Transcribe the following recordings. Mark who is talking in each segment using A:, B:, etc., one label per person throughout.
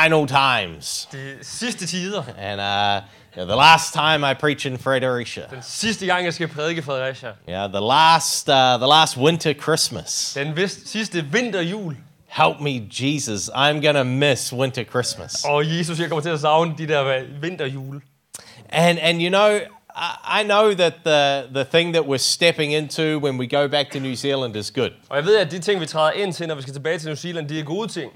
A: final times.
B: De sidste tider.
A: And uh, yeah, the last time I preach in Fredericia.
B: Den sidste gang, jeg skal prædike i Fredericia.
A: Yeah, the last, uh, the last winter Christmas.
B: Den vist, sidste vinterjul.
A: Help me, Jesus. I'm going to miss winter Christmas.
B: Og Jesus, jeg kommer til at savne de der øh, vinterjule.
A: And, and you know, I, I know that the, the thing that we're stepping into when we go back to New Zealand is good.
B: Og jeg ved, at de ting, vi træder ind til, når vi skal tilbage til New Zealand, de er gode ting.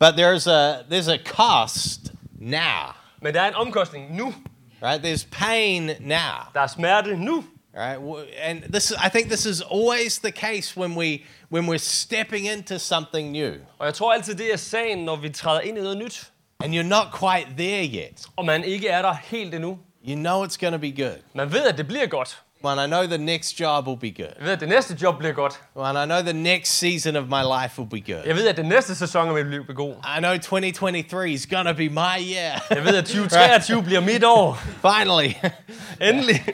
A: But there's a, there's a cost now,
B: Men der er en omkostning nu.
A: right? There's pain now.
B: Der er smerte nu.
A: Right, w- and this I think this is always the case when we when we're stepping into something new,
B: Og jeg tror altid, det er sagen, når vi træder ind i noget nyt.
A: and you're not quite there yet.
B: Og man ikke er der helt endnu.
A: You know it's going to be good.
B: Man ved, at det bliver godt.
A: Well, and I know the next job will be good.
B: Jeg ved, at det næste job bliver godt.
A: Well, and I know the next season of my life will be good.
B: Jeg ved, at den næste sæson af mit liv bliver god.
A: I know 2023 is going to be my year.
B: Jeg ved, at 2023 bliver mit år.
A: Finally.
B: Endelig.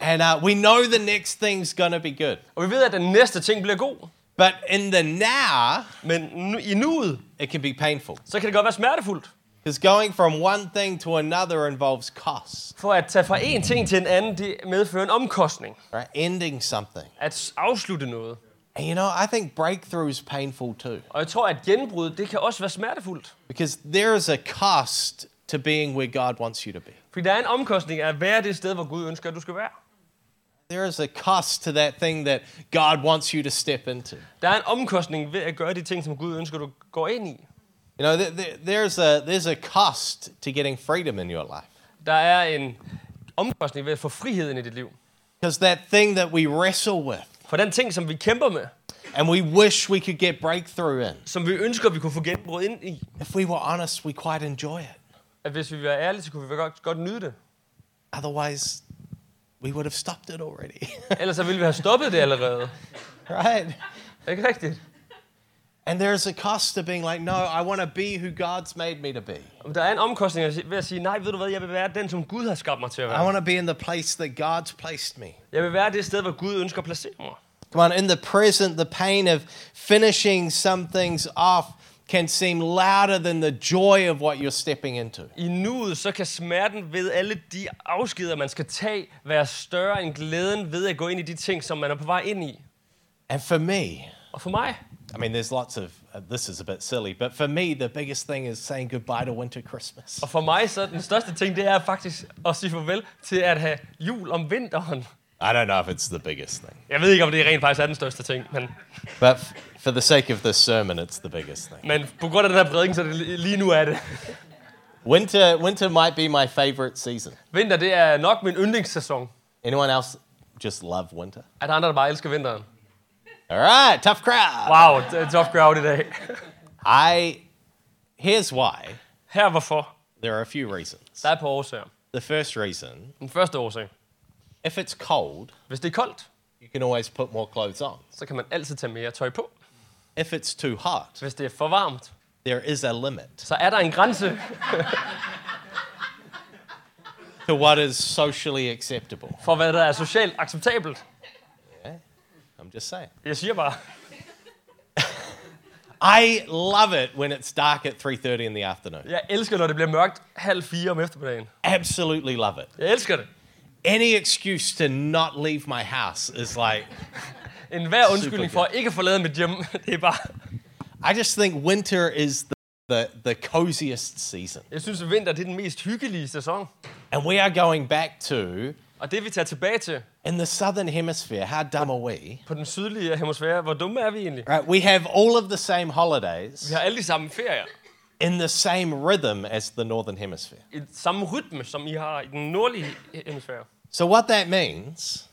A: and uh, we know the next thing's going to be good.
B: Og vi ved, at den næste ting bliver god.
A: But in the now,
B: Men nu, i nuet,
A: it can be painful.
B: så kan det godt være smertefuldt.
A: Because going from one thing to another involves cost,
B: For at tage fra en ting til en anden, det medfører en omkostning.
A: right? Ending something.
B: At s- afslutte noget.
A: And you know, I think breakthrough's painful too.
B: Og jeg tror, at genbrud, det kan også være smertefuldt.
A: Because there is a cost to being where God wants you to be.
B: Fordi der er en omkostning af at være det sted, hvor Gud ønsker, at du skal være.
A: There is a cost to that thing that God wants you to step into.
B: Der er en omkostning ved at gøre de ting, som Gud ønsker, du går ind i.
A: You know, th- th- there's a there's a cost to getting freedom in your life
B: Der er en omkostning ved at få friheden i dit liv.
A: because that thing that we wrestle with
B: For den ting, som vi kæmper med,
A: and we wish we could get breakthrough in.
B: som vi ønsker, vi kunne få genbrud ind i,
A: If we were honest, we quite enjoy it.
B: at hvis vi var ærlige, så kunne vi godt, godt nyde det.
A: Otherwise, we would have stopped it already,
B: Ellers så ville vi have stoppet det allerede.
A: right?
B: Ikke rigtigt?
A: And there's a cost to being like, no, I want to be who God's made me to be.
B: Men Der er en omkostning at si- ved at sige, nej, ved du hvad, jeg vil være den, som Gud har skabt mig til at
A: I
B: være.
A: want to be in the place that God's placed me.
B: Jeg vil være det sted, hvor Gud ønsker at placere mig.
A: Come on, in the present, the pain of finishing some things off can seem louder than the joy of what you're stepping into.
B: I nuet, så kan smerten ved alle de afskeder, man skal tage, være større end glæden ved at gå ind i de ting, som man er på vej ind i.
A: And for me,
B: Og for mig,
A: I mean, there's lots of uh, this is a bit silly, but for me, the biggest thing is saying goodbye to winter Christmas.
B: og for mig så er den største ting, det er faktisk at sige farvel til at have jul om vinteren.
A: I don't know if it's the biggest thing,
B: Jeg ved ikke, om det rent faktisk er den største ting, men,
A: but f- for the sake of this sermon, it's the biggest thing.
B: men på grund af den her prædiken, så er det li- lige nu er det.
A: Winter, winter might be my favorite season.
B: Vinter, det er nok min yndlingssæson.
A: Anyone else just love winter?
B: Er der andre, der bare elsker vinteren?
A: All right, tough crowd.
B: Wow, det er tough crowd i dag.
A: I here's why.
B: Her hvorfor?
A: There are a few reasons.
B: Der er på årsager.
A: The first reason
B: Den første årsag.
A: if it's cold,
B: Hvis det er koldt,
A: you can always put more clothes on.
B: så kan man altid tage mere tøj på.
A: If it's too hot,
B: Hvis det er for varmt,
A: there is a limit
B: så er der en grænse
A: to what is socially acceptable.
B: for, hvad der er socialt acceptabelt.
A: I'm just saying.
B: Jeg siger bare,
A: I love it when it's dark at 3:30 in the afternoon.
B: jeg elsker, når det bliver mørkt halv fire om eftermiddagen.
A: Absolutely love it.
B: Jeg elsker det.
A: Any excuse to not leave my house is like
B: En hver undskyldning for at ikke at forlade mit hjem, det er bare...
A: I just think winter is the the, the coziest season.
B: Jeg synes, at vinter det er den mest hyggelige sæson.
A: And we are going back to
B: Og det vi tager tilbage til
A: in the southern hemisphere, how dumb are we?
B: på den sydlige hemisfære, hvor dumme er vi egentlig?
A: Right, we have all of the same
B: Vi
A: holidays
B: har alle de samme ferier
A: in the same rhythm as the northern hemisphere.
B: i samme rytme, som I har i den nordlige hemisfære.
A: So what that means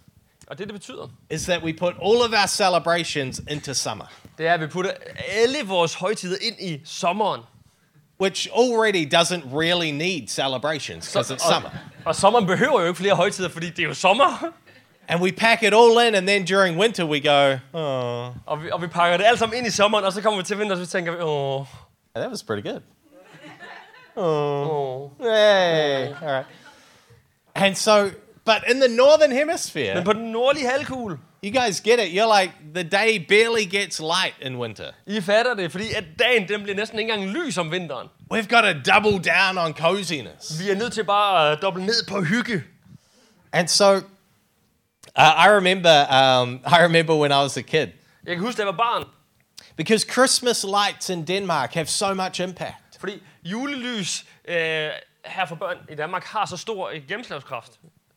B: Og det, det betyder,
A: is that we put all of our celebrations into summer,
B: det er, at vi putter alle vores højtider ind i sommeren.
A: which already doesn't really need celebrations because it's
B: uh,
A: summer.
B: Og sommeren behøver jo ikke flere højtider, fordi det er jo sommer.
A: And we pack it all in, and then during winter we go, oh,
B: Og vi, og vi pakker det alt sammen ind i sommeren, og så kommer vi til vinter, og så tænker vi, åh,
A: that was pretty good. Oh.
B: åh.
A: Hey, all right. And so, but in the northern
B: Men
A: hemisphere,
B: på den nordlige halvkugle,
A: you guys get it. You're like, the day barely gets light in winter.
B: I fatter det, fordi at dagen den bliver næsten ikke engang lys om vinteren.
A: We've got to double down on coziness.
B: Vi er nødt til bare at doble ned på hygge.
A: And so uh, I remember um, I remember when I was a kid
B: Jeg kan huske, da jeg var barn,
A: because Christmas lights in Denmark have so much impact.
B: fordi julelys øh, her for børn i Danmark har så stor øh, gennemslagskraft.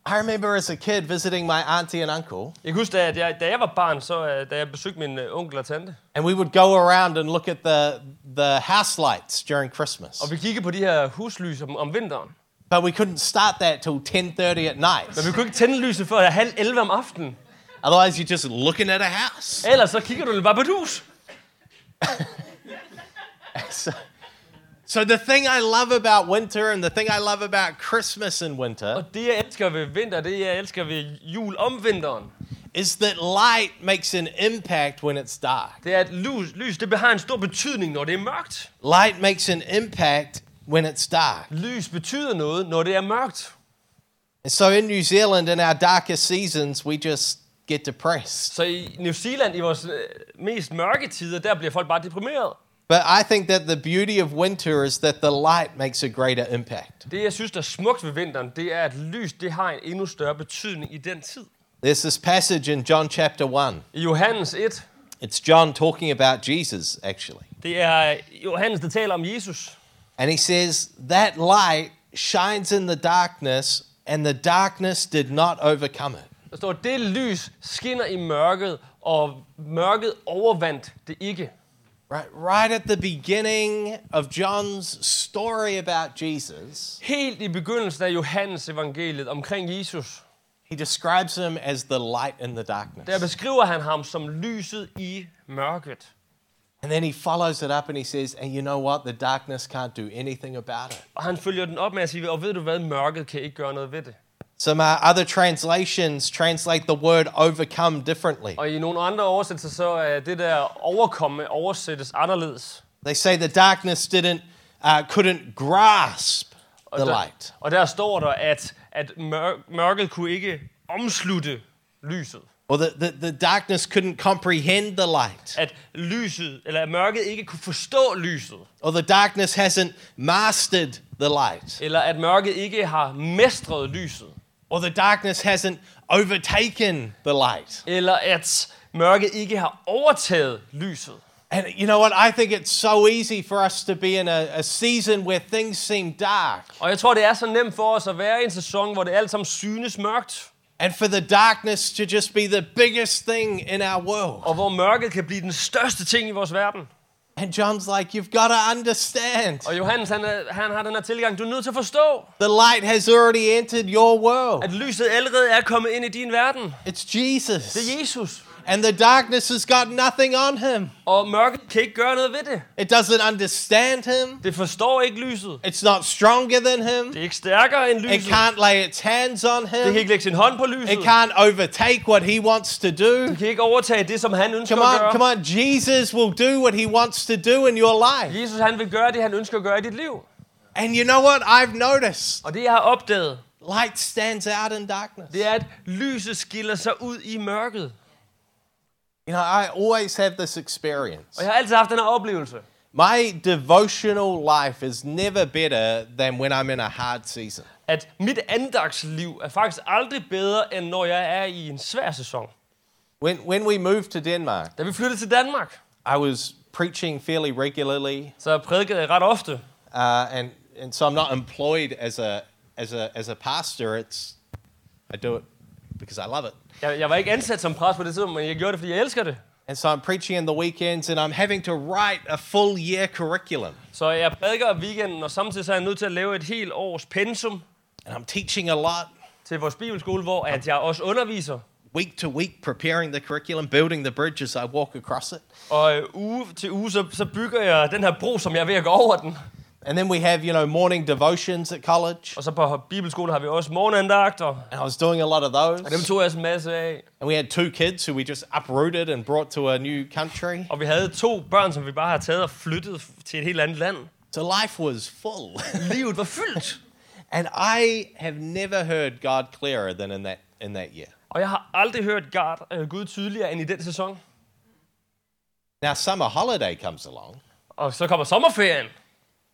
A: I remember as a kid visiting my auntie and uncle
B: Jeg kan huske, da jeg, da jeg, da jeg var barn, så øh, da jeg besøgte min øh, onkel og tante,
A: and we would go around and look at the the house lights during Christmas.
B: og vi kiggede på de her huslys om, om vinteren.
A: But we couldn't start that till 10:30 at night.
B: Men vi kunne ikke tænde lyset før halv 11 om aftenen.
A: Otherwise you're just looking at a house.
B: Ellers så kigger du bare på et hus.
A: So, so the thing I love about winter and the thing I love about Christmas and winter
B: Og det, jeg elsker ved vinter, det, jeg elsker ved jul om vinteren,
A: is that light makes an impact when it's dark.
B: det er, at lys, lys det har en stor betydning, når det er mørkt.
A: Light makes an impact when it's dark.
B: Lys betyder noget, når det er mørkt.
A: And so in New Zealand, in our darkest seasons, we just get depressed.
B: Så i New Zealand, i vores øh, mest mørke tider, der bliver folk bare deprimeret.
A: But I think that the beauty of winter is that the light makes a greater impact.
B: Det, jeg synes, der er smukt ved vinteren, det er, at lys det har en endnu større betydning i den tid.
A: There's this passage in John chapter 1.
B: I Johannes 1,
A: It's John talking about Jesus, actually.
B: det er Johannes, der taler om Jesus.
A: And he says, That light shines in the darkness, and the darkness did not overcome it.
B: Der står, det lys skinner i mørket, og mørket overvandt det ikke.
A: Right, right at the beginning of John's story about Jesus,
B: Helt i begyndelsen af Johannes evangeliet omkring Jesus,
A: he describes him as the light in the
B: der
A: darkness.
B: beskriver han ham som lyset i mørket.
A: And then he follows it up and he says, And you know what? The darkness can't do anything about it.
B: Og han følger den op med at sige, og ved du hvad, mørket kan ikke gøre noget ved det.
A: Some uh, other translations translate the word overcome differently.
B: Og i nogle andre oversættelser, så er det der overkomme oversættes anderledes.
A: They say the darkness didn't, uh, couldn't grasp
B: Og
A: the
B: der,
A: light.
B: og der står der, at, at mør, mørket kunne ikke omslutte lyset.
A: Or the, the, the darkness couldn't comprehend the light.
B: At lyset, eller at mørket ikke kunne forstå lyset.
A: Or the darkness hasn't mastered the light.
B: Eller at mørket ikke har mestret lyset.
A: Or the darkness hasn't overtaken the light.
B: Eller at mørket ikke har overtaget lyset.
A: And you know what? I think it's so easy for us to be in a, a season where things seem dark
B: Og jeg tror, det er så nemt for os at være i en sæson, hvor det alt sammen synes mørkt.
A: and for the darkness to just be the biggest thing in our world.
B: Og hvor mørket kan blive den største ting i vores verden.
A: And John's like, you've got to understand.
B: Og Johannes, han, er, han har den her tilgang, du er nødt til at forstå,
A: The light has already entered your world.
B: at lyset allerede er kommet ind i din verden.
A: It's
B: Det
A: Jesus.
B: er Jesus.
A: And the darkness has got nothing on him.
B: Og mørket kan ikke gøre noget ved det.
A: It doesn't understand him.
B: Det forstår ikke lyset.
A: It's not stronger than him.
B: Det er ikke stærkere end
A: It
B: lyset.
A: can't lay its hands on
B: Det kan
A: him.
B: ikke lægge sin hånd på lyset.
A: It can't overtake what he wants to do.
B: Det kan ikke overtage det, som han ønsker
A: Come
B: at
A: on,
B: gøre.
A: come on. Jesus will do what he wants to do in your life.
B: Jesus, han vil gøre det, han ønsker at gøre i dit liv.
A: And you know what? I've noticed
B: Og det, jeg har opdaget,
A: light stands out in darkness.
B: det er, at lyset skiller sig ud i mørket.
A: You know, I always have this experience.
B: Og jeg har altid haft den her oplevelse.
A: My devotional life is never better than when I'm in a hard season.
B: At mit andagsliv er faktisk aldrig bedre, end når jeg er i en svær sæson.
A: When, when we moved to Denmark,
B: Da vi flyttede til Danmark,
A: I was præaching fairly regularly,
B: så prædikede jeg ret ofte.
A: uh, and and so I'm not employed as a as a as a pastor. It's I do it because I love it,
B: Jeg, jeg var ikke ansat som præst på det tidspunkt, men jeg gjorde det, fordi jeg elsker det.
A: and so I'm preaching in the weekends, and I'm having to write a full year curriculum,
B: Så jeg prædiker om weekenden, og samtidig så er jeg nødt til at lave et helt års pensum
A: and I'm teaching a lot
B: til vores bibelskole, hvor at jeg også underviser.
A: week to week, preparing the curriculum, building the bridge as I walk across it,
B: Og øh, uge til uge, så, så bygger jeg den her bro, som jeg er ved at gå over den.
A: and then we have you know morning devotions at college,
B: Og så på bibelskolen har vi også morgenandagter.
A: and I was doing a lot of
B: Og dem
A: those,
B: tog jeg også en masse af.
A: and we had two kids who we just uprooted and brought to a new country,
B: Og vi havde to børn, som vi bare har taget og flyttet f- til et helt andet land.
A: so life was full.
B: Livet var fyldt.
A: And I have never heard God clearer than in that in that year.
B: Og jeg har aldrig hørt God, øh, Gud tydeligere end i den sæson.
A: Now summer holiday comes along,
B: Og så kommer sommerferien.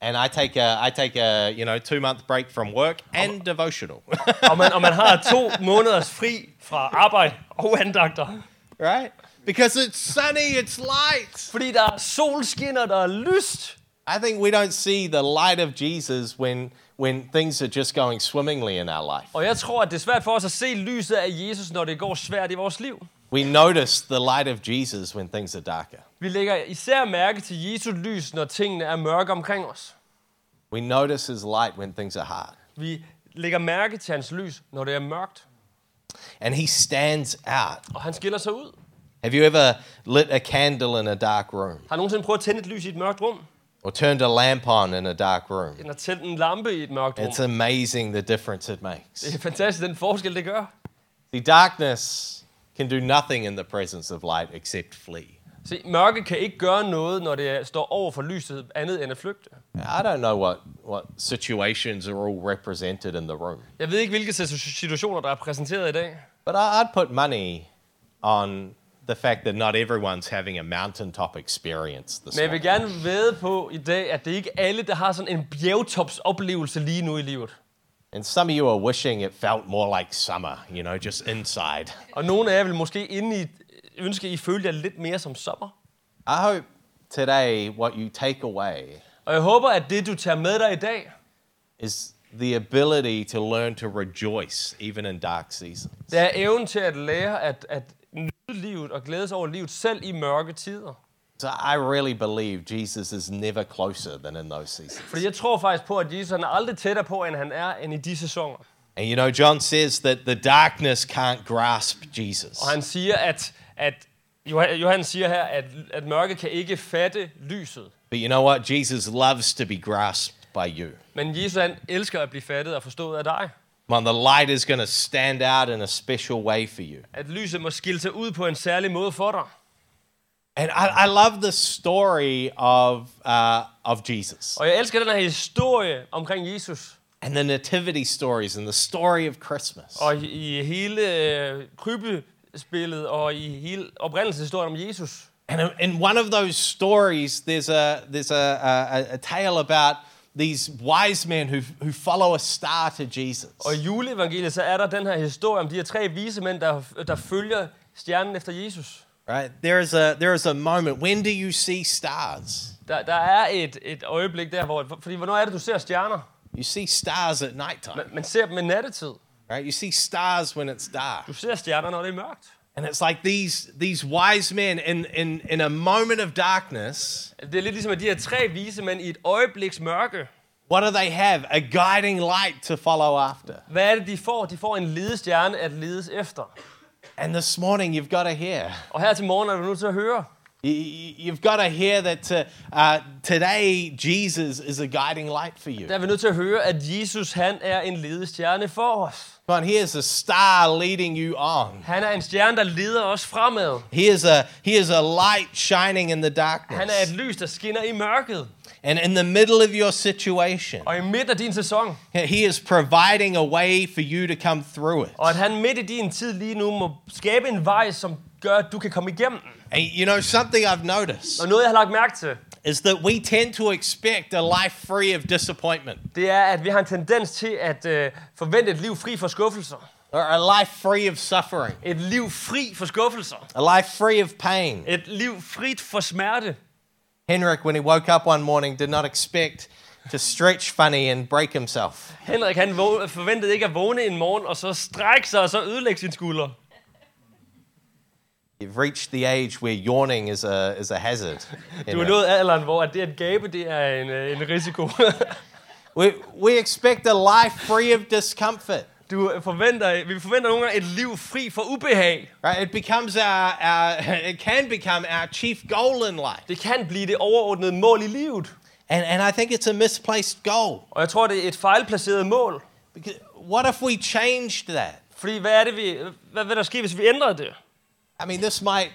A: and I take a I take a you know two month break from work and devotional,
B: Og man, og man har to måneders fri fra arbejde og andagter.
A: right? Because it's sunny, it's light.
B: Fordi der er solskinner, der er lyst.
A: I think we don't see the light of Jesus when when things are just going swimmingly in our life.
B: Og jeg tror, at det er svært for os at se lyset af Jesus, når det går svært i vores liv.
A: We notice the light of Jesus when things are darker.
B: Vi lægger især mærke til Jesu lys, når tingene er mørke omkring os.
A: We notice his light when things are hard.
B: Vi lægger mærke til hans lys, når det er mørkt.
A: And he stands out.
B: Og han skiller sig ud.
A: Have you ever lit a candle in a dark room
B: Har du nogensinde prøvet at tænde et lys i et mørkt rum?
A: or turned a lamp on in a dark room?
B: Eller tænde en lampe i et mørkt rum?
A: It's amazing the difference it makes.
B: Det er fantastisk, den forskel, det gør.
A: The darkness can do nothing in the presence of light except flee.
B: Se, mørke kan ikke gøre noget, når det står over for lyset, andet end at flygte.
A: I don't know what, what situations are all represented in the room,
B: Jeg ved ikke, hvilke situ- situationer, der er præsenteret i dag.
A: but I, I'd put money on the fact that not everyone's having a mountaintop experience this
B: Men jeg vil
A: morning.
B: gerne vide på i dag, at det ikke er alle, der har sådan en bjergtopsoplevelse lige nu i livet.
A: And some of you are wishing it felt more like summer, you know, just inside.
B: Og nogle af jer vil måske inde i ønske, I følte jer lidt mere som sommer.
A: I hope today what you take away
B: Og jeg håber, at det, du tager med dig i dag,
A: is the ability to learn to rejoice even in dark seasons.
B: det er evnen til at lære at, at nyde livet og glædes over livet, selv i mørke tider.
A: So I really believe Jesus is never closer than in those seasons.
B: Fordi jeg tror faktisk på, at Jesus han er aldrig tættere på, end han er, end i de sæsoner.
A: And you know, John says that the darkness can't grasp Jesus.
B: Og han siger, at, at Johan- Johannes siger her, at, at mørke kan ikke fatte lyset.
A: But you know what? Jesus loves to be grasped by you.
B: Men Jesus han elsker at blive fattet og forstået af dig.
A: Come on, the light is going to stand out in a special way for you.
B: At lyset må skille sig ud på en særlig måde for dig.
A: And I, I love the story of, uh, of Jesus
B: Og jeg elsker den her historie omkring Jesus.
A: and the nativity stories and the story of Christmas.
B: Og i i hele øh, krybespillet og i hele oprindelseshistorien om Jesus.
A: And in one of those stories, there's a there's a, a, a tale about these wise men who who follow a star to Jesus.
B: Og i juleevangeliet, så er der den her historie om de her tre vise mænd, der, der følger stjernen efter Jesus.
A: Right? There is a there is a moment. When do you see stars?
B: Der, der er et, et øjeblik der, hvor... Fordi hvornår er det, du ser stjerner?
A: You see stars at nighttime.
B: Man, man ser dem i nattetid.
A: Right? You see stars when it's dark.
B: Du ser stjerner, når det er mørkt.
A: And it's like these these wise men in in in a moment of darkness,
B: Det er lidt ligesom, at de her tre vise mænd i et øjebliks mørke.
A: what do they have? A guiding light to follow after.
B: Hvad er det, de får? De får en ledestjerne at ledes efter.
A: And this morning you've got to hear.
B: Og her til morgen er du nødt til at høre.
A: You- you- You've got to hear that uh, uh, today Jesus is a guiding light for you.
B: Der er vi nødt til at høre, at Jesus han er en ledestjerne for os.
A: Come on, here's a star leading you on.
B: Han er en stjerne, der leder os fremad.
A: Here's a here's a light shining in the
B: Han er et
A: darkness.
B: lys, der skinner i mørket.
A: And in the middle of your situation,
B: Og i midten af din sæson.
A: he is providing a way for you to come through it.
B: Og at han midt i din tid lige nu må skabe en vej, som gør, at du kan komme igennem.
A: And you know something I've noticed
B: Og noget, jeg har lagt mærke til,
A: is that we tend to expect a life free of disappointment
B: det er, at vi har en tendens til at øh, forvente et liv fri for skuffelser.
A: or a life free of suffering,
B: Et liv fri for skuffelser.
A: a life free of pain.
B: Et liv frit for smerte.
A: Henrik, when he woke up one morning, did not expect to stretch funny and break himself.
B: Henrik, han vå- forventede ikke at vågne en morgen, og så strække sig, og så ødelægge sin skulder.
A: You've reached the age where yawning is a, is a hazard.
B: Du er
A: Henrik.
B: nået alderen, hvor at det at gabe, det er en, øh, en risiko.
A: We, we expect a life free of discomfort.
B: Du forventer, vi forventer nogle gange et liv fri for ubehag.
A: Right? It becomes our, our it can become our chief goal in life.
B: Det kan blive det overordnede mål i livet.
A: And, and I think it's a misplaced goal.
B: Og jeg tror, det er et fejlplaceret mål.
A: Because what if we changed that?
B: Fordi hvad er det, vi, hvad vil der ske, hvis vi ændrede det?
A: I mean, this might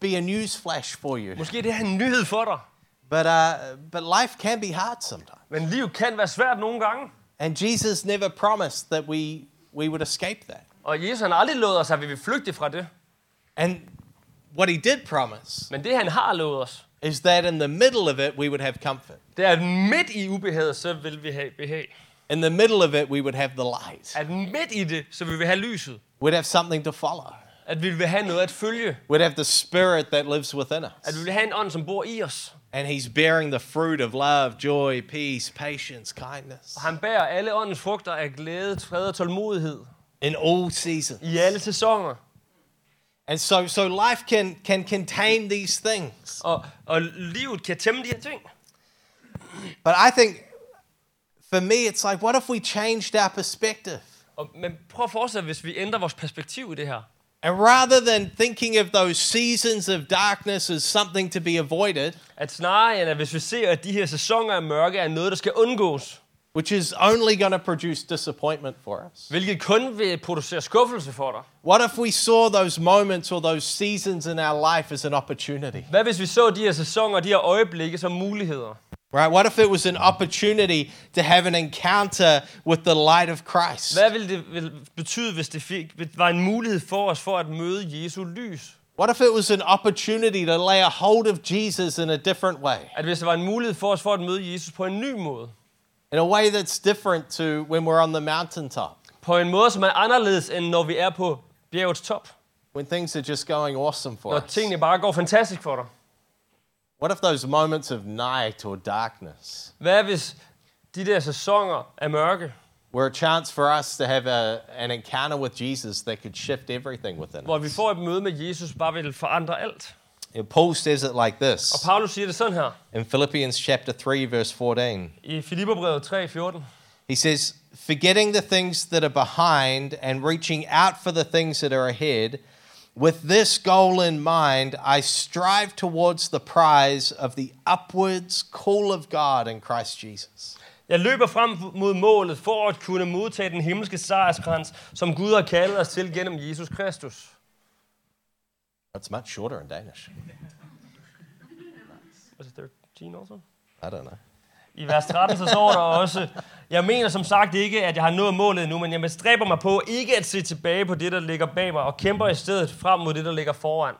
A: be a news flash for you.
B: Måske det er en nyhed for dig.
A: But, uh, but life can be hard sometimes.
B: Men livet kan være svært nogle gange.
A: And Jesus never promised that we, we would escape that.
B: Og Jesus han har aldrig lovet os, at vi vil flygte fra det.
A: And What he did promise
B: Men det, han har lovet os,
A: is that in the middle of it, we would have comfort.
B: det er, at midt i ubehaget, så vil vi have behag.
A: In the middle of it, we would have the light.
B: At midt i det, så vil vi have lyset.
A: We'd have something to follow.
B: At vi vil have noget at følge.
A: We'd have the spirit that lives within
B: At vi
A: us.
B: vil have en ånd, som bor i os.
A: And he's bearing the fruit of love, joy, peace, patience, kindness
B: Han bærer alle åndens frugter af glæde, fred og tålmodighed.
A: in all seasons.
B: I alle sæsoner.
A: And so, so life can, can contain these things.
B: Og, og livet kan tæmme de her ting.
A: But I think for me, it's like, what if we changed our perspective?
B: Og, men prøv at forestille dig, hvis vi ændrer vores perspektiv i det her.
A: And rather than thinking of those seasons of darkness as something to be avoided,
B: At snarere end, at hvis vi ser, at de her sæsoner af mørke er noget, der skal undgås,
A: which is only going to produce disappointment for us,
B: hvilket kun vil producere skuffelse for dig.
A: what if we saw those moments or those seasons in our life as an opportunity?
B: Hvad hvis vi så de her sæsoner og de her øjeblikke som muligheder?
A: Right? What if it was an opportunity to have an encounter with the light of Christ?
B: Hvad ville det vil betyde, hvis det fik, var en mulighed for os for at møde Jesu lys?
A: What if it was an opportunity to lay a hold of Jesus in a different way?
B: At hvis der var en mulighed for os for at møde Jesus på en ny måde?
A: In a way that's different to when we're on the mountaintop,
B: På en måde, som er anderledes, end når vi er på bjergets top.
A: when things are just going awesome for
B: Når
A: us.
B: tingene bare går fantastisk for dig.
A: What if those moments of night or darkness
B: Hvad hvis de der sæsoner er mørke,
A: were a chance for us to have a, an encounter with Jesus that could shift everything within
B: hvor
A: us?
B: vi får et møde med Jesus, bare vil forandre alt?
A: And Paul says it like
B: Og
A: this
B: Paulus siger det sådan her
A: in Philippians chapter 3, verse 14.
B: i Filipperbrevet 3:14.
A: He says, forgetting the things that are behind and reaching out for the things that are ahead, with this goal in mind, I strive towards the prize of the upwards call of God in Christ Jesus.
B: Jeg løber frem mod målet for at kunne modtage den himmelske sejrskrans, som Gud har kaldet os til gennem Jesus Kristus.
A: That's much shorter in Danish.
B: Was it 13 also?
A: I don't know.
B: I vers 13 så står der også, jeg mener som sagt ikke, at jeg har nået målet nu, men jeg bestræber mig på ikke at se tilbage på det, der ligger bag mig, og kæmper i stedet frem mod det, der ligger foran.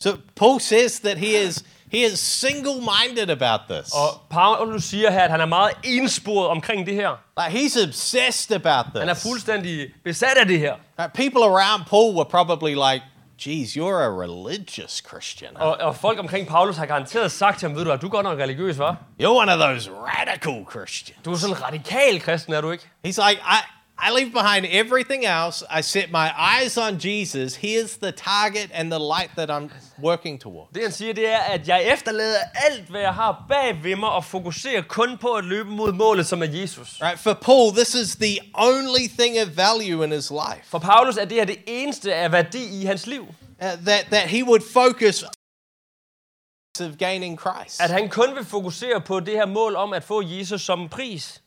A: So Paul says that he is he is single-minded about this.
B: Og Paulus siger her, at han er meget ensporet omkring det her.
A: Like he's obsessed about
B: Han er
A: this.
B: fuldstændig besat af det her.
A: Like, people around Paul were probably like, "Geez, you're a religious Christian. huh?
B: Og, og folk omkring Paulus har garanteret sagt til ham, ved du, at du er godt nok religiøs, var?
A: You're one of those radical Christians."
B: Du er sådan en radikal kristen, er du ikke?
A: He's like, I, I leave behind everything else. I set my eyes on Jesus. He is the target and the light that I'm working toward.
B: Det han siger, det er, at jeg efterlader alt, hvad jeg har bag ved mig, og fokuserer kun på at løbe mod målet, som er Jesus.
A: Right? For Paul, this is the only thing of value in his life.
B: For Paulus er det her det eneste af værdi i hans liv.
A: Uh, that, that he would focus of gaining Christ.
B: At han kun vil fokusere på det her mål om at få Jesus som pris.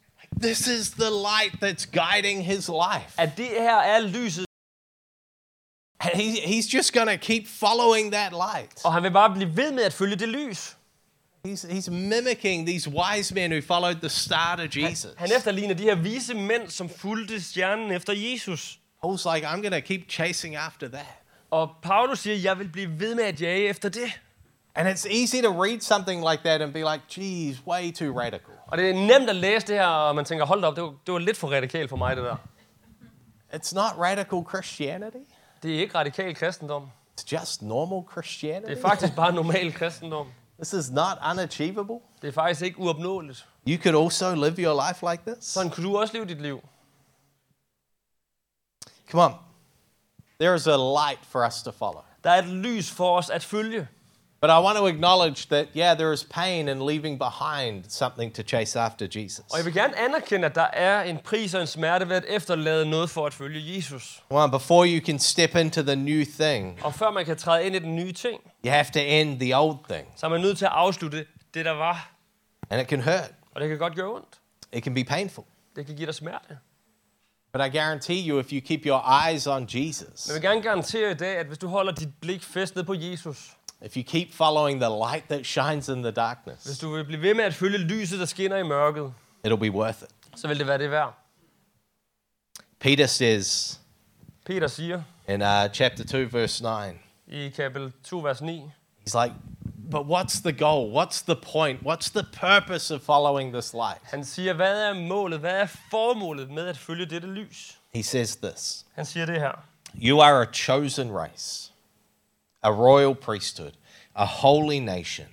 A: This is the light that's guiding his life.
B: At det her er lyset,
A: And he, he's just going to keep following that light.
B: og han vil bare blive ved med at følge det lys.
A: He's, he's mimicking these wise men who followed the star to Jesus.
B: Han efterligner de her vise mænd, som fulgte stjernen efter Jesus.
A: Paul's like, I'm going to keep chasing after that.
B: Og Paulus siger, jeg vil blive ved med at jage efter det.
A: And it's easy to read something like that and be like, geez, way too radical.
B: Og det er nemt at læse det her, og man tænker, hold da op, det var, det var lidt for radikalt for mig, det der.
A: It's not radical Christianity,
B: Det er ikke radikal kristendom.
A: it's just normal
B: Det
A: Christianity.
B: er faktisk bare normal kristendom.
A: This is not unachievable.
B: Det er faktisk ikke uopnåeligt.
A: You could also live your life like this.
B: Sådan kunne du også leve dit liv.
A: Come on. There is a light for us to follow.
B: Der er et lys for os at følge.
A: But I want to acknowledge that, yeah, there is pain in leaving behind something to chase after Jesus.
B: Og jeg vil gerne anerkende, at der er en pris og en smerte ved at efterlade noget for at følge Jesus.
A: Come on, before you can step into the new thing,
B: Og før man kan træde ind i den nye ting,
A: you have to end the old thing.
B: så er man nødt til at afslutte det, der var.
A: And it can hurt,
B: Og det kan godt gøre ondt.
A: it can be painful.
B: Det kan give dig smerte.
A: But I guarantee you, if you keep your eyes on Jesus,
B: Men jeg vil gerne garantere i dag, at hvis du holder dit blik fæstet på Jesus,
A: If you keep following the light that shines in the
B: hvis
A: darkness,
B: du vil blive ved med at følge lyset, der skinner i mørket,
A: it'll be worth it.
B: så vil det være det værd.
A: Peter says
B: Peter siger
A: in uh, chapter 2, verse 9,
B: i kapitel 2, vers 9.
A: He's like, but what's the goal? What's the point? What's the purpose of following this light?
B: Han siger, hvad er målet, hvad er formålet med at følge dette lys?
A: He says this
B: Han siger det her.
A: You are a chosen race, a royal priesthood, a holy nation,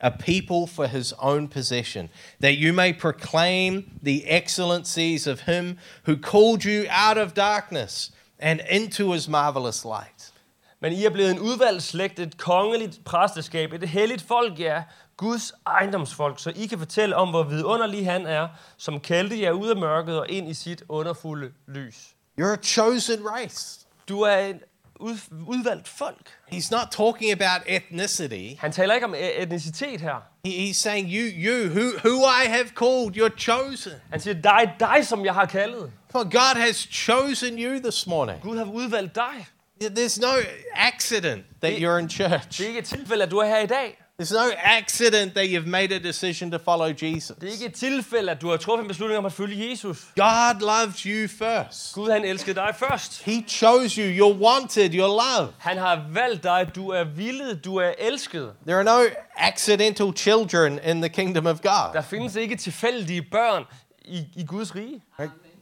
A: a people for his own possession, that you may proclaim the excellencies of him who called you out of darkness and into his marvelous light.
B: Men I er blevet en udvalgt slægt, et kongeligt præsteskab, et helligt folk jer, Guds ejendomsfolk, så I kan fortælle om, hvor vidunderlig han er, som kaldte jer ud af mørket og ind i sit underfulde lys.
A: You're a chosen race.
B: Du er et ud, udvalgt folk.
A: He's not talking about ethnicity.
B: Han taler ikke om øh, etnicitet her.
A: He- He's saying, You, you, who, who I have called, you're chosen.
B: Han siger, dig, dig, som jeg har kaldet.
A: For God has chosen you this morning.
B: Gud har udvalgt dig.
A: There's no accident that you're in church.
B: Det er ikke et tilfælde, at du er her i dag.
A: There's no accident that you've made a decision to follow Jesus.
B: Det er ikke et tilfælde, at du har truffet en beslutning om at følge Jesus.
A: God loved you first.
B: Gud, han elskede dig først.
A: He chose you. You're wanted. You're loved.
B: Han har valgt dig. Du er villet. Du er elsket.
A: There are no accidental children in the kingdom of
B: Der
A: God.
B: findes ikke tilfældige børn i, i Guds rige.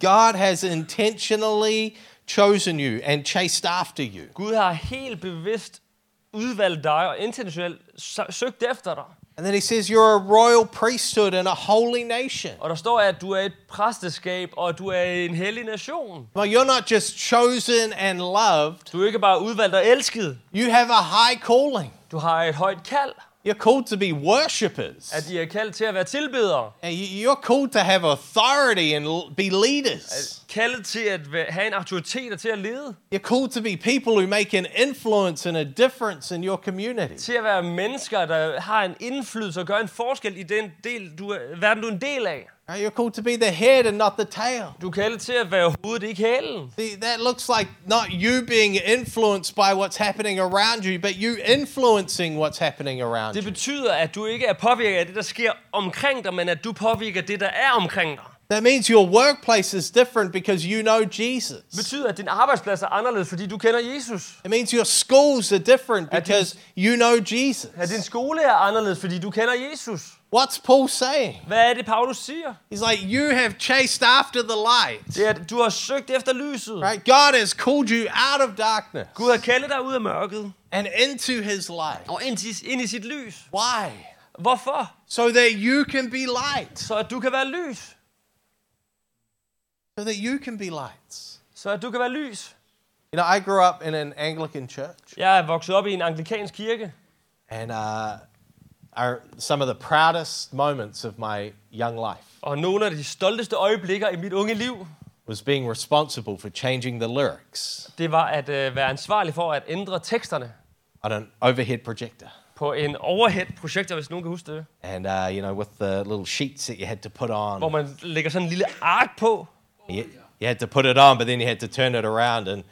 A: God has intentionally chosen you and chased after you.
B: Gud har helt bevidst udvalgt dig og intentionelt sø- søgt efter dig.
A: And then he says, You're a royal priesthood and a holy nation.
B: Og der står, at du er et præsteskab, og at du er en hellig nation.
A: Well, you're not just chosen and loved,
B: Du er ikke bare udvalgt og elsket.
A: you have a high calling.
B: Du har et højt kald,
A: You're called to be worshippers.
B: at I er kaldt til at være tilbedere.
A: And you- You're called to have authority and l- be leaders.
B: Kaldet til at væ- have en autoritet og til at lede.
A: You're called to be people who make an influence and a difference in your community.
B: Til at være mennesker, der har en indflydelse og gør en forskel i den del, du er, verden, du er en del af.
A: Right? You're called to be the head and not the tail.
B: Du er kaldet til at være hovedet, ikke hælen.
A: See, that looks like not you being influenced by what's happening around you, but you influencing what's happening around
B: Det
A: you.
B: betyder, at du ikke er påvirket af det, der sker omkring dig, men at du påvirker det, der er omkring dig.
A: That means your workplace is different because you know
B: Det
A: Jesus.
B: betyder, at din arbejdsplads er anderledes, fordi du kender Jesus.
A: It means your schools are different
B: At
A: because you know Jesus.
B: At din skole er anderledes, fordi du kender Jesus.
A: What's Paul saying?
B: Hvad er det, Paulus siger?
A: He's like, You have chased after the light.
B: Det er, at du har søgt efter lyset.
A: Right? God has called you out of darkness
B: Gud har kaldet dig ud af mørket
A: and into his light.
B: og ind, til, ind i sit lys.
A: Why?
B: Hvorfor?
A: So that you can be light.
B: Så at du kan være lys.
A: So that you can be lights.
B: Så at du kan være lys.
A: You know, I grew up in an Anglican church,
B: Jeg er vokset op i en anglikansk kirke,
A: and uh, are some of the proudest moments of my young life
B: og nogle af de stolteste øjeblikker i mit unge liv,
A: was being responsible for changing the lyrics
B: det var at øh, være ansvarlig for at ændre teksterne
A: on an overhead projector.
B: på en overhead-projektor, hvis nogen kan huske det.
A: And, uh, you know, with the little sheets that you had to put
B: Hvor
A: on,
B: man lægger sådan en lille ark på,
A: you, you had to put it on, but then you had to turn it around and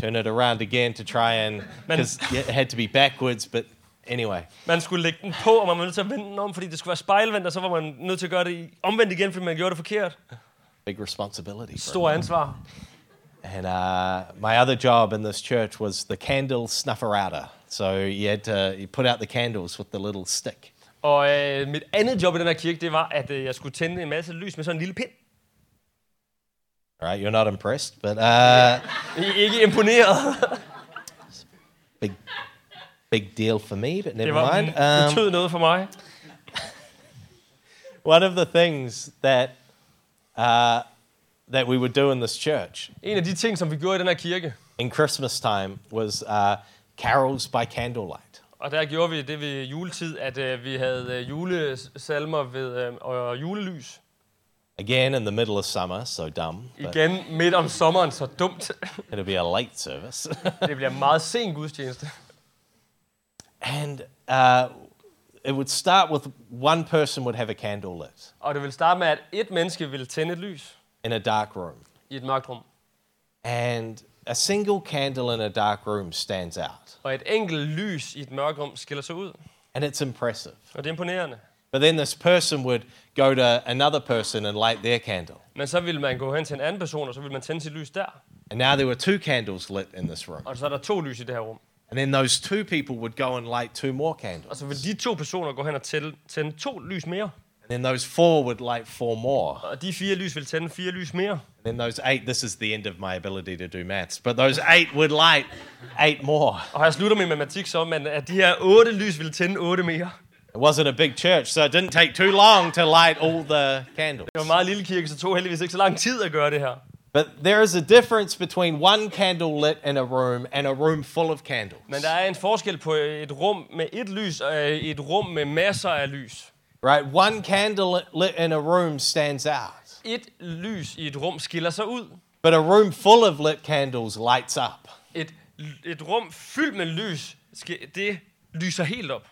A: turn it around again to try and,
B: Man-
A: because it had to be backwards, but anyway.
B: man skulle lægge den på, og man var nødt til at vende den om, fordi det skulle være spejlvendt, og så var man nødt til at gøre det i- omvendt igen, fordi man gjorde det forkert.
A: big responsibility. for
B: Stor ansvar.
A: And uh, my other job in this church was the candle snufferouter. So you had to you put out the candles with the little stick.
B: Og øh, mit andet job i den her kirke, det var, at øh, jeg skulle tænde en masse lys med sådan en lille pind.
A: All right, you're not impressed, but uh,
B: I er ikke imponeret.
A: big, big deal for me. But never
B: Det, var,
A: mind.
B: det
A: Um,
B: betød noget for mig.
A: one of the things that uh, that we would do in this church
B: En af de ting, som vi gjorde i den her kirke,
A: in Christmas time was uh, carols by candlelight.
B: og der gjorde vi det ved juletid, at øh, vi havde øh, julesalmer ved, øh, og julelys.
A: Again, in the middle of summer, so dumb. But
B: Igen midt om sommeren, så dumt.
A: it'll be a late service.
B: Det bliver meget sen gudstjeneste.
A: and uh, it would start with one person would have a candle lit
B: Og det vil starte med, at et menneske vil tænde et lys
A: in a dark room,
B: i et mørkt rum.
A: and a single candle in a dark room stands out,
B: Og et enkelt lys i et mørkt rum skiller sig ud.
A: and it's impressive.
B: Og det er imponerende.
A: But then this person would go to another person and light their candle,
B: Men så vil man gå hen til en anden person, og så vil man tænde sit lys der.
A: and now there were two candles lit in this room,
B: Og så er der to lys i det her rum.
A: And then those two people would go and light two more candles.
B: Og så vil de to personer gå hen og tælle- tænde to lys mere.
A: And then those four would light four more.
B: Og de fire lys vil tænde fire lys mere.
A: And then those eight, this is the end of my ability to do maths, but those eight would light eight more.
B: Og jeg slutter med matematik så, men at de her otte lys vil tænde otte mere.
A: It wasn't a big church, so it didn't take too long to light all the candles.
B: Det var en meget lille kirke, så det tog heldigvis ikke så lang tid at gøre det her.
A: But there is a difference between one candle lit in a room and a room full of candles.
B: Men der er en forskel på et rum med et lys og et rum med masser af lys.
A: Right? One candle lit in a room stands out,
B: Et lys i et rum skiller sig ud.
A: but a room full of lit candles lights up.
B: Et, et rum fyldt med lys, ske- det lyser helt op.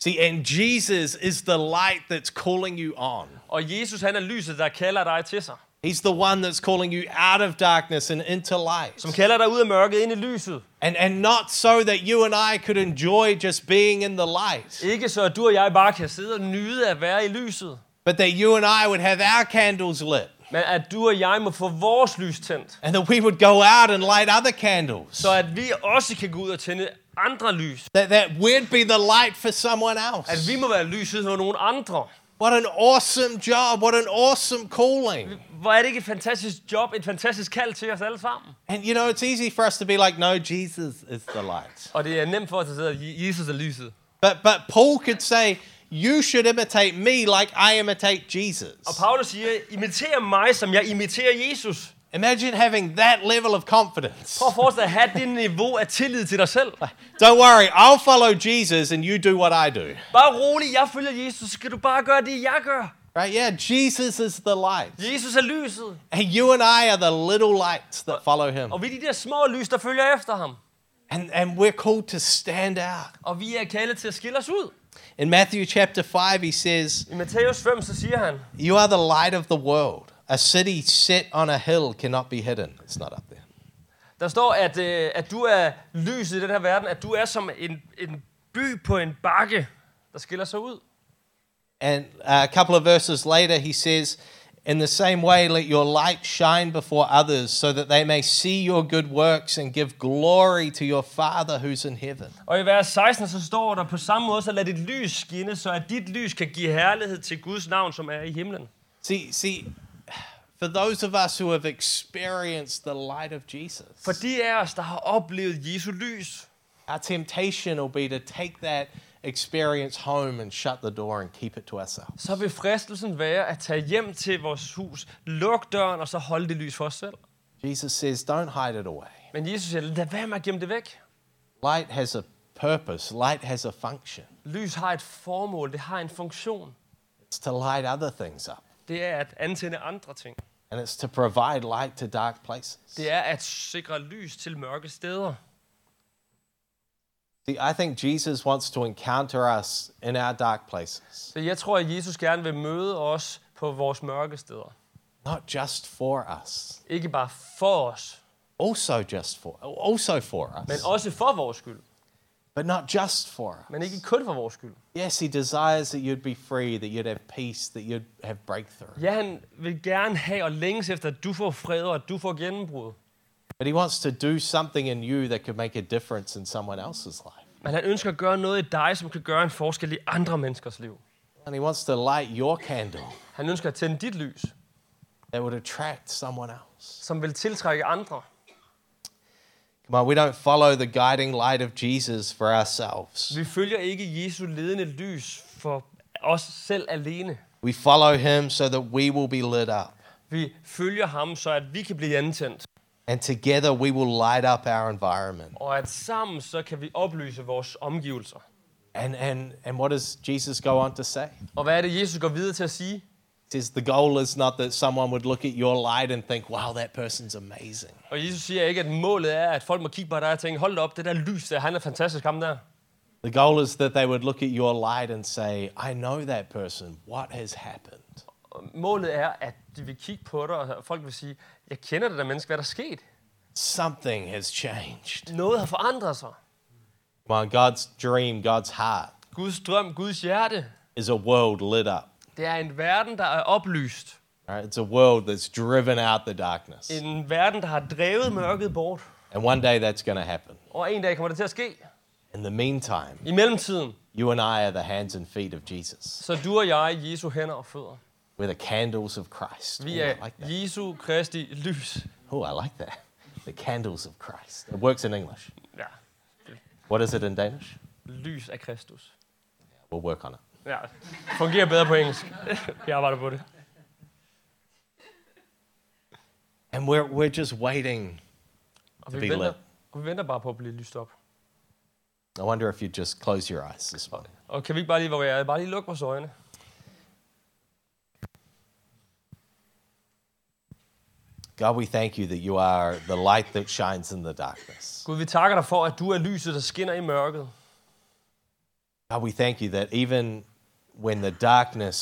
A: See, and Jesus is the light that's calling you on.
B: Og Jesus, han er lyset, der kalder dig til sig.
A: He's the one that's calling you out of darkness and into light.
B: Som kalder dig ud af mørket ind i lyset.
A: And, and not so that you and I could enjoy just being in the light,
B: Ikke så, at du og jeg bare kan sidde og nyde at være i lyset.
A: but that you and I would have our candles lit
B: Men at du og jeg må få vores lys tændt.
A: and that we would go out and light other candles.
B: Så at vi også kan gå ud og tænde andre lys.
A: That, that we'd be the light for someone
B: At
A: else.
B: vi må være lyset for nogle andre.
A: What an awesome job. What an awesome calling.
B: Hvor er det ikke et fantastisk job, et fantastisk kald til os alle sammen.
A: And you know, it's easy for us to be like, no, Jesus is the light.
B: Og det er nemt for os at sige, at Jesus er lyset.
A: But, but Paul could say, you should imitate me like I imitate Jesus.
B: Og Paulus siger, imiter mig, som jeg imiterer Jesus.
A: Imagine having that level of confidence.
B: Prøv at forestille dig at have det niveau af tillid til dig selv.
A: Don't worry, I'll follow Jesus and you do what I do.
B: Bare rolig, jeg følger Jesus, så skal du bare gøre det, jeg gør.
A: Right? Yeah, Jesus is the light.
B: Jesus er lyset.
A: And you and I are the little lights that follow him.
B: Og vi er de der små lys, der følger efter ham.
A: And, and we're called to stand out.
B: Og vi er kaldet til at skille os ud.
A: In Matthew chapter 5, he says,
B: I Matthæus 5, så siger han,
A: You are the light of the world. A city set on a hill cannot be hidden. It's not up there.
B: Der står, at, øh, at du er lyset i den her verden, at du er som en, en by på en bakke, der skiller sig ud.
A: And uh, a couple of verses later, he says, In the same way, let your light shine before others so that they may see your good works and give glory to your Father who's in heaven.
B: Og i vers 16, så står der på samme måde, så lad dit lys skinne, så at dit lys kan give herlighed til Guds navn, som er i himlen.
A: See, see, for those of us who have experienced the light of Jesus,
B: For de af os, der har oplevet Jesu lys,
A: our temptation will be to take that experience home and shut the door and keep it to ourselves.
B: så vil fristelsen være at tage hjem til vores hus, lukke døren, og så holde det lys for os selv.
A: Jesus says, Don't hide it away.
B: Men Jesus siger, lad være med at gemme det væk.
A: Light has a purpose, light has a function.
B: Lys har et formål, det har en funktion.
A: It's to light other things up,
B: Det er at antænde andre ting.
A: and it's to provide light to dark places.
B: Det er at sikre lys til mørke steder.
A: See, I think Jesus wants to encounter us in our dark places,
B: Så jeg tror, at Jesus gerne vil møde os på vores mørke steder.
A: not just for us,
B: Ikke bare for os,
A: also just for also for us,
B: men også for vores skyld.
A: but not just for us.
B: Men ikke kun for vores skyld.
A: Yes, he desires that you'd be free, that you'd have peace, that you'd have breakthrough.
B: Ja, han vil gerne have og længes efter, at du får fred og at du får gennembrud.
A: But he wants to do something in you that could make a difference in someone else's life.
B: Men han ønsker at gøre noget i dig, som kan gøre en forskel i andre menneskers liv.
A: And he wants to light your candle
B: Han ønsker at tænde dit lys,
A: that would attract someone else.
B: som vil tiltrække andre.
A: Come on, we don't follow the guiding light of Jesus for ourselves.
B: Vi følger ikke Jesu ledende lys for os selv alene.
A: We follow him so that we will be lit up.
B: Vi følger ham, så at vi kan blive antændt.
A: And together we will light up our environment.
B: og at sammen så kan vi oplyse vores omgivelser.
A: And, and, and what does Jesus go on to say?
B: Og hvad er det, Jesus går videre til at sige?
A: He says, The goal is not that someone would look at your light and think, wow, that person's amazing.
B: Og Jesus siger ikke, at målet er, at folk må kigge på dig og tænke, hold da op, det der lys der, han er fantastisk, ham der.
A: The goal is that they would look at your light and say, I know that person. What has happened?
B: Og målet er, at de vil kigge på dig, og folk vil sige, jeg kender det der menneske, hvad der er sket.
A: Something has changed.
B: Noget har forandret sig.
A: Come on, God's dream, God's heart
B: Guds drøm, Guds hjerte,
A: is a world lit up.
B: det er en verden, der er oplyst.
A: All right? It's a world that's driven out the darkness.
B: En verden, der har drevet mørket bort.
A: And one day that's going to happen.
B: Og en dag kommer det til at ske.
A: In the meantime,
B: I mellemtiden,
A: you and I are the hands and feet of Jesus.
B: så er du og jeg Jesu hænder og fødder.
A: We're the candles of Christ.
B: Vi
A: Ooh, I
B: er
A: like that.
B: Jesu Kristi lys.
A: Oh, I like that. The candles of Christ. It works in English.
B: Ja,
A: What is it in Danish?
B: lys af Kristus.
A: We'll work on it.
B: Ja, fungerer bedre på engelsk. Jeg arbejder på det.
A: And we're, we're just waiting.
B: Og
A: To
B: vi,
A: be
B: venter,
A: lit.
B: og vi venter bare på at blive lyst op.
A: I wonder if you just close your eyes this morning.
B: Og kan vi ikke bare lige, hvor jeg er, bare lige lukke vores øjne?
A: God, we thank you that you are the light that shines in the darkness.
B: Gud, vi takker dig for, at du er lyset, der skinner i mørket.
A: God, we thank you that even when the darkness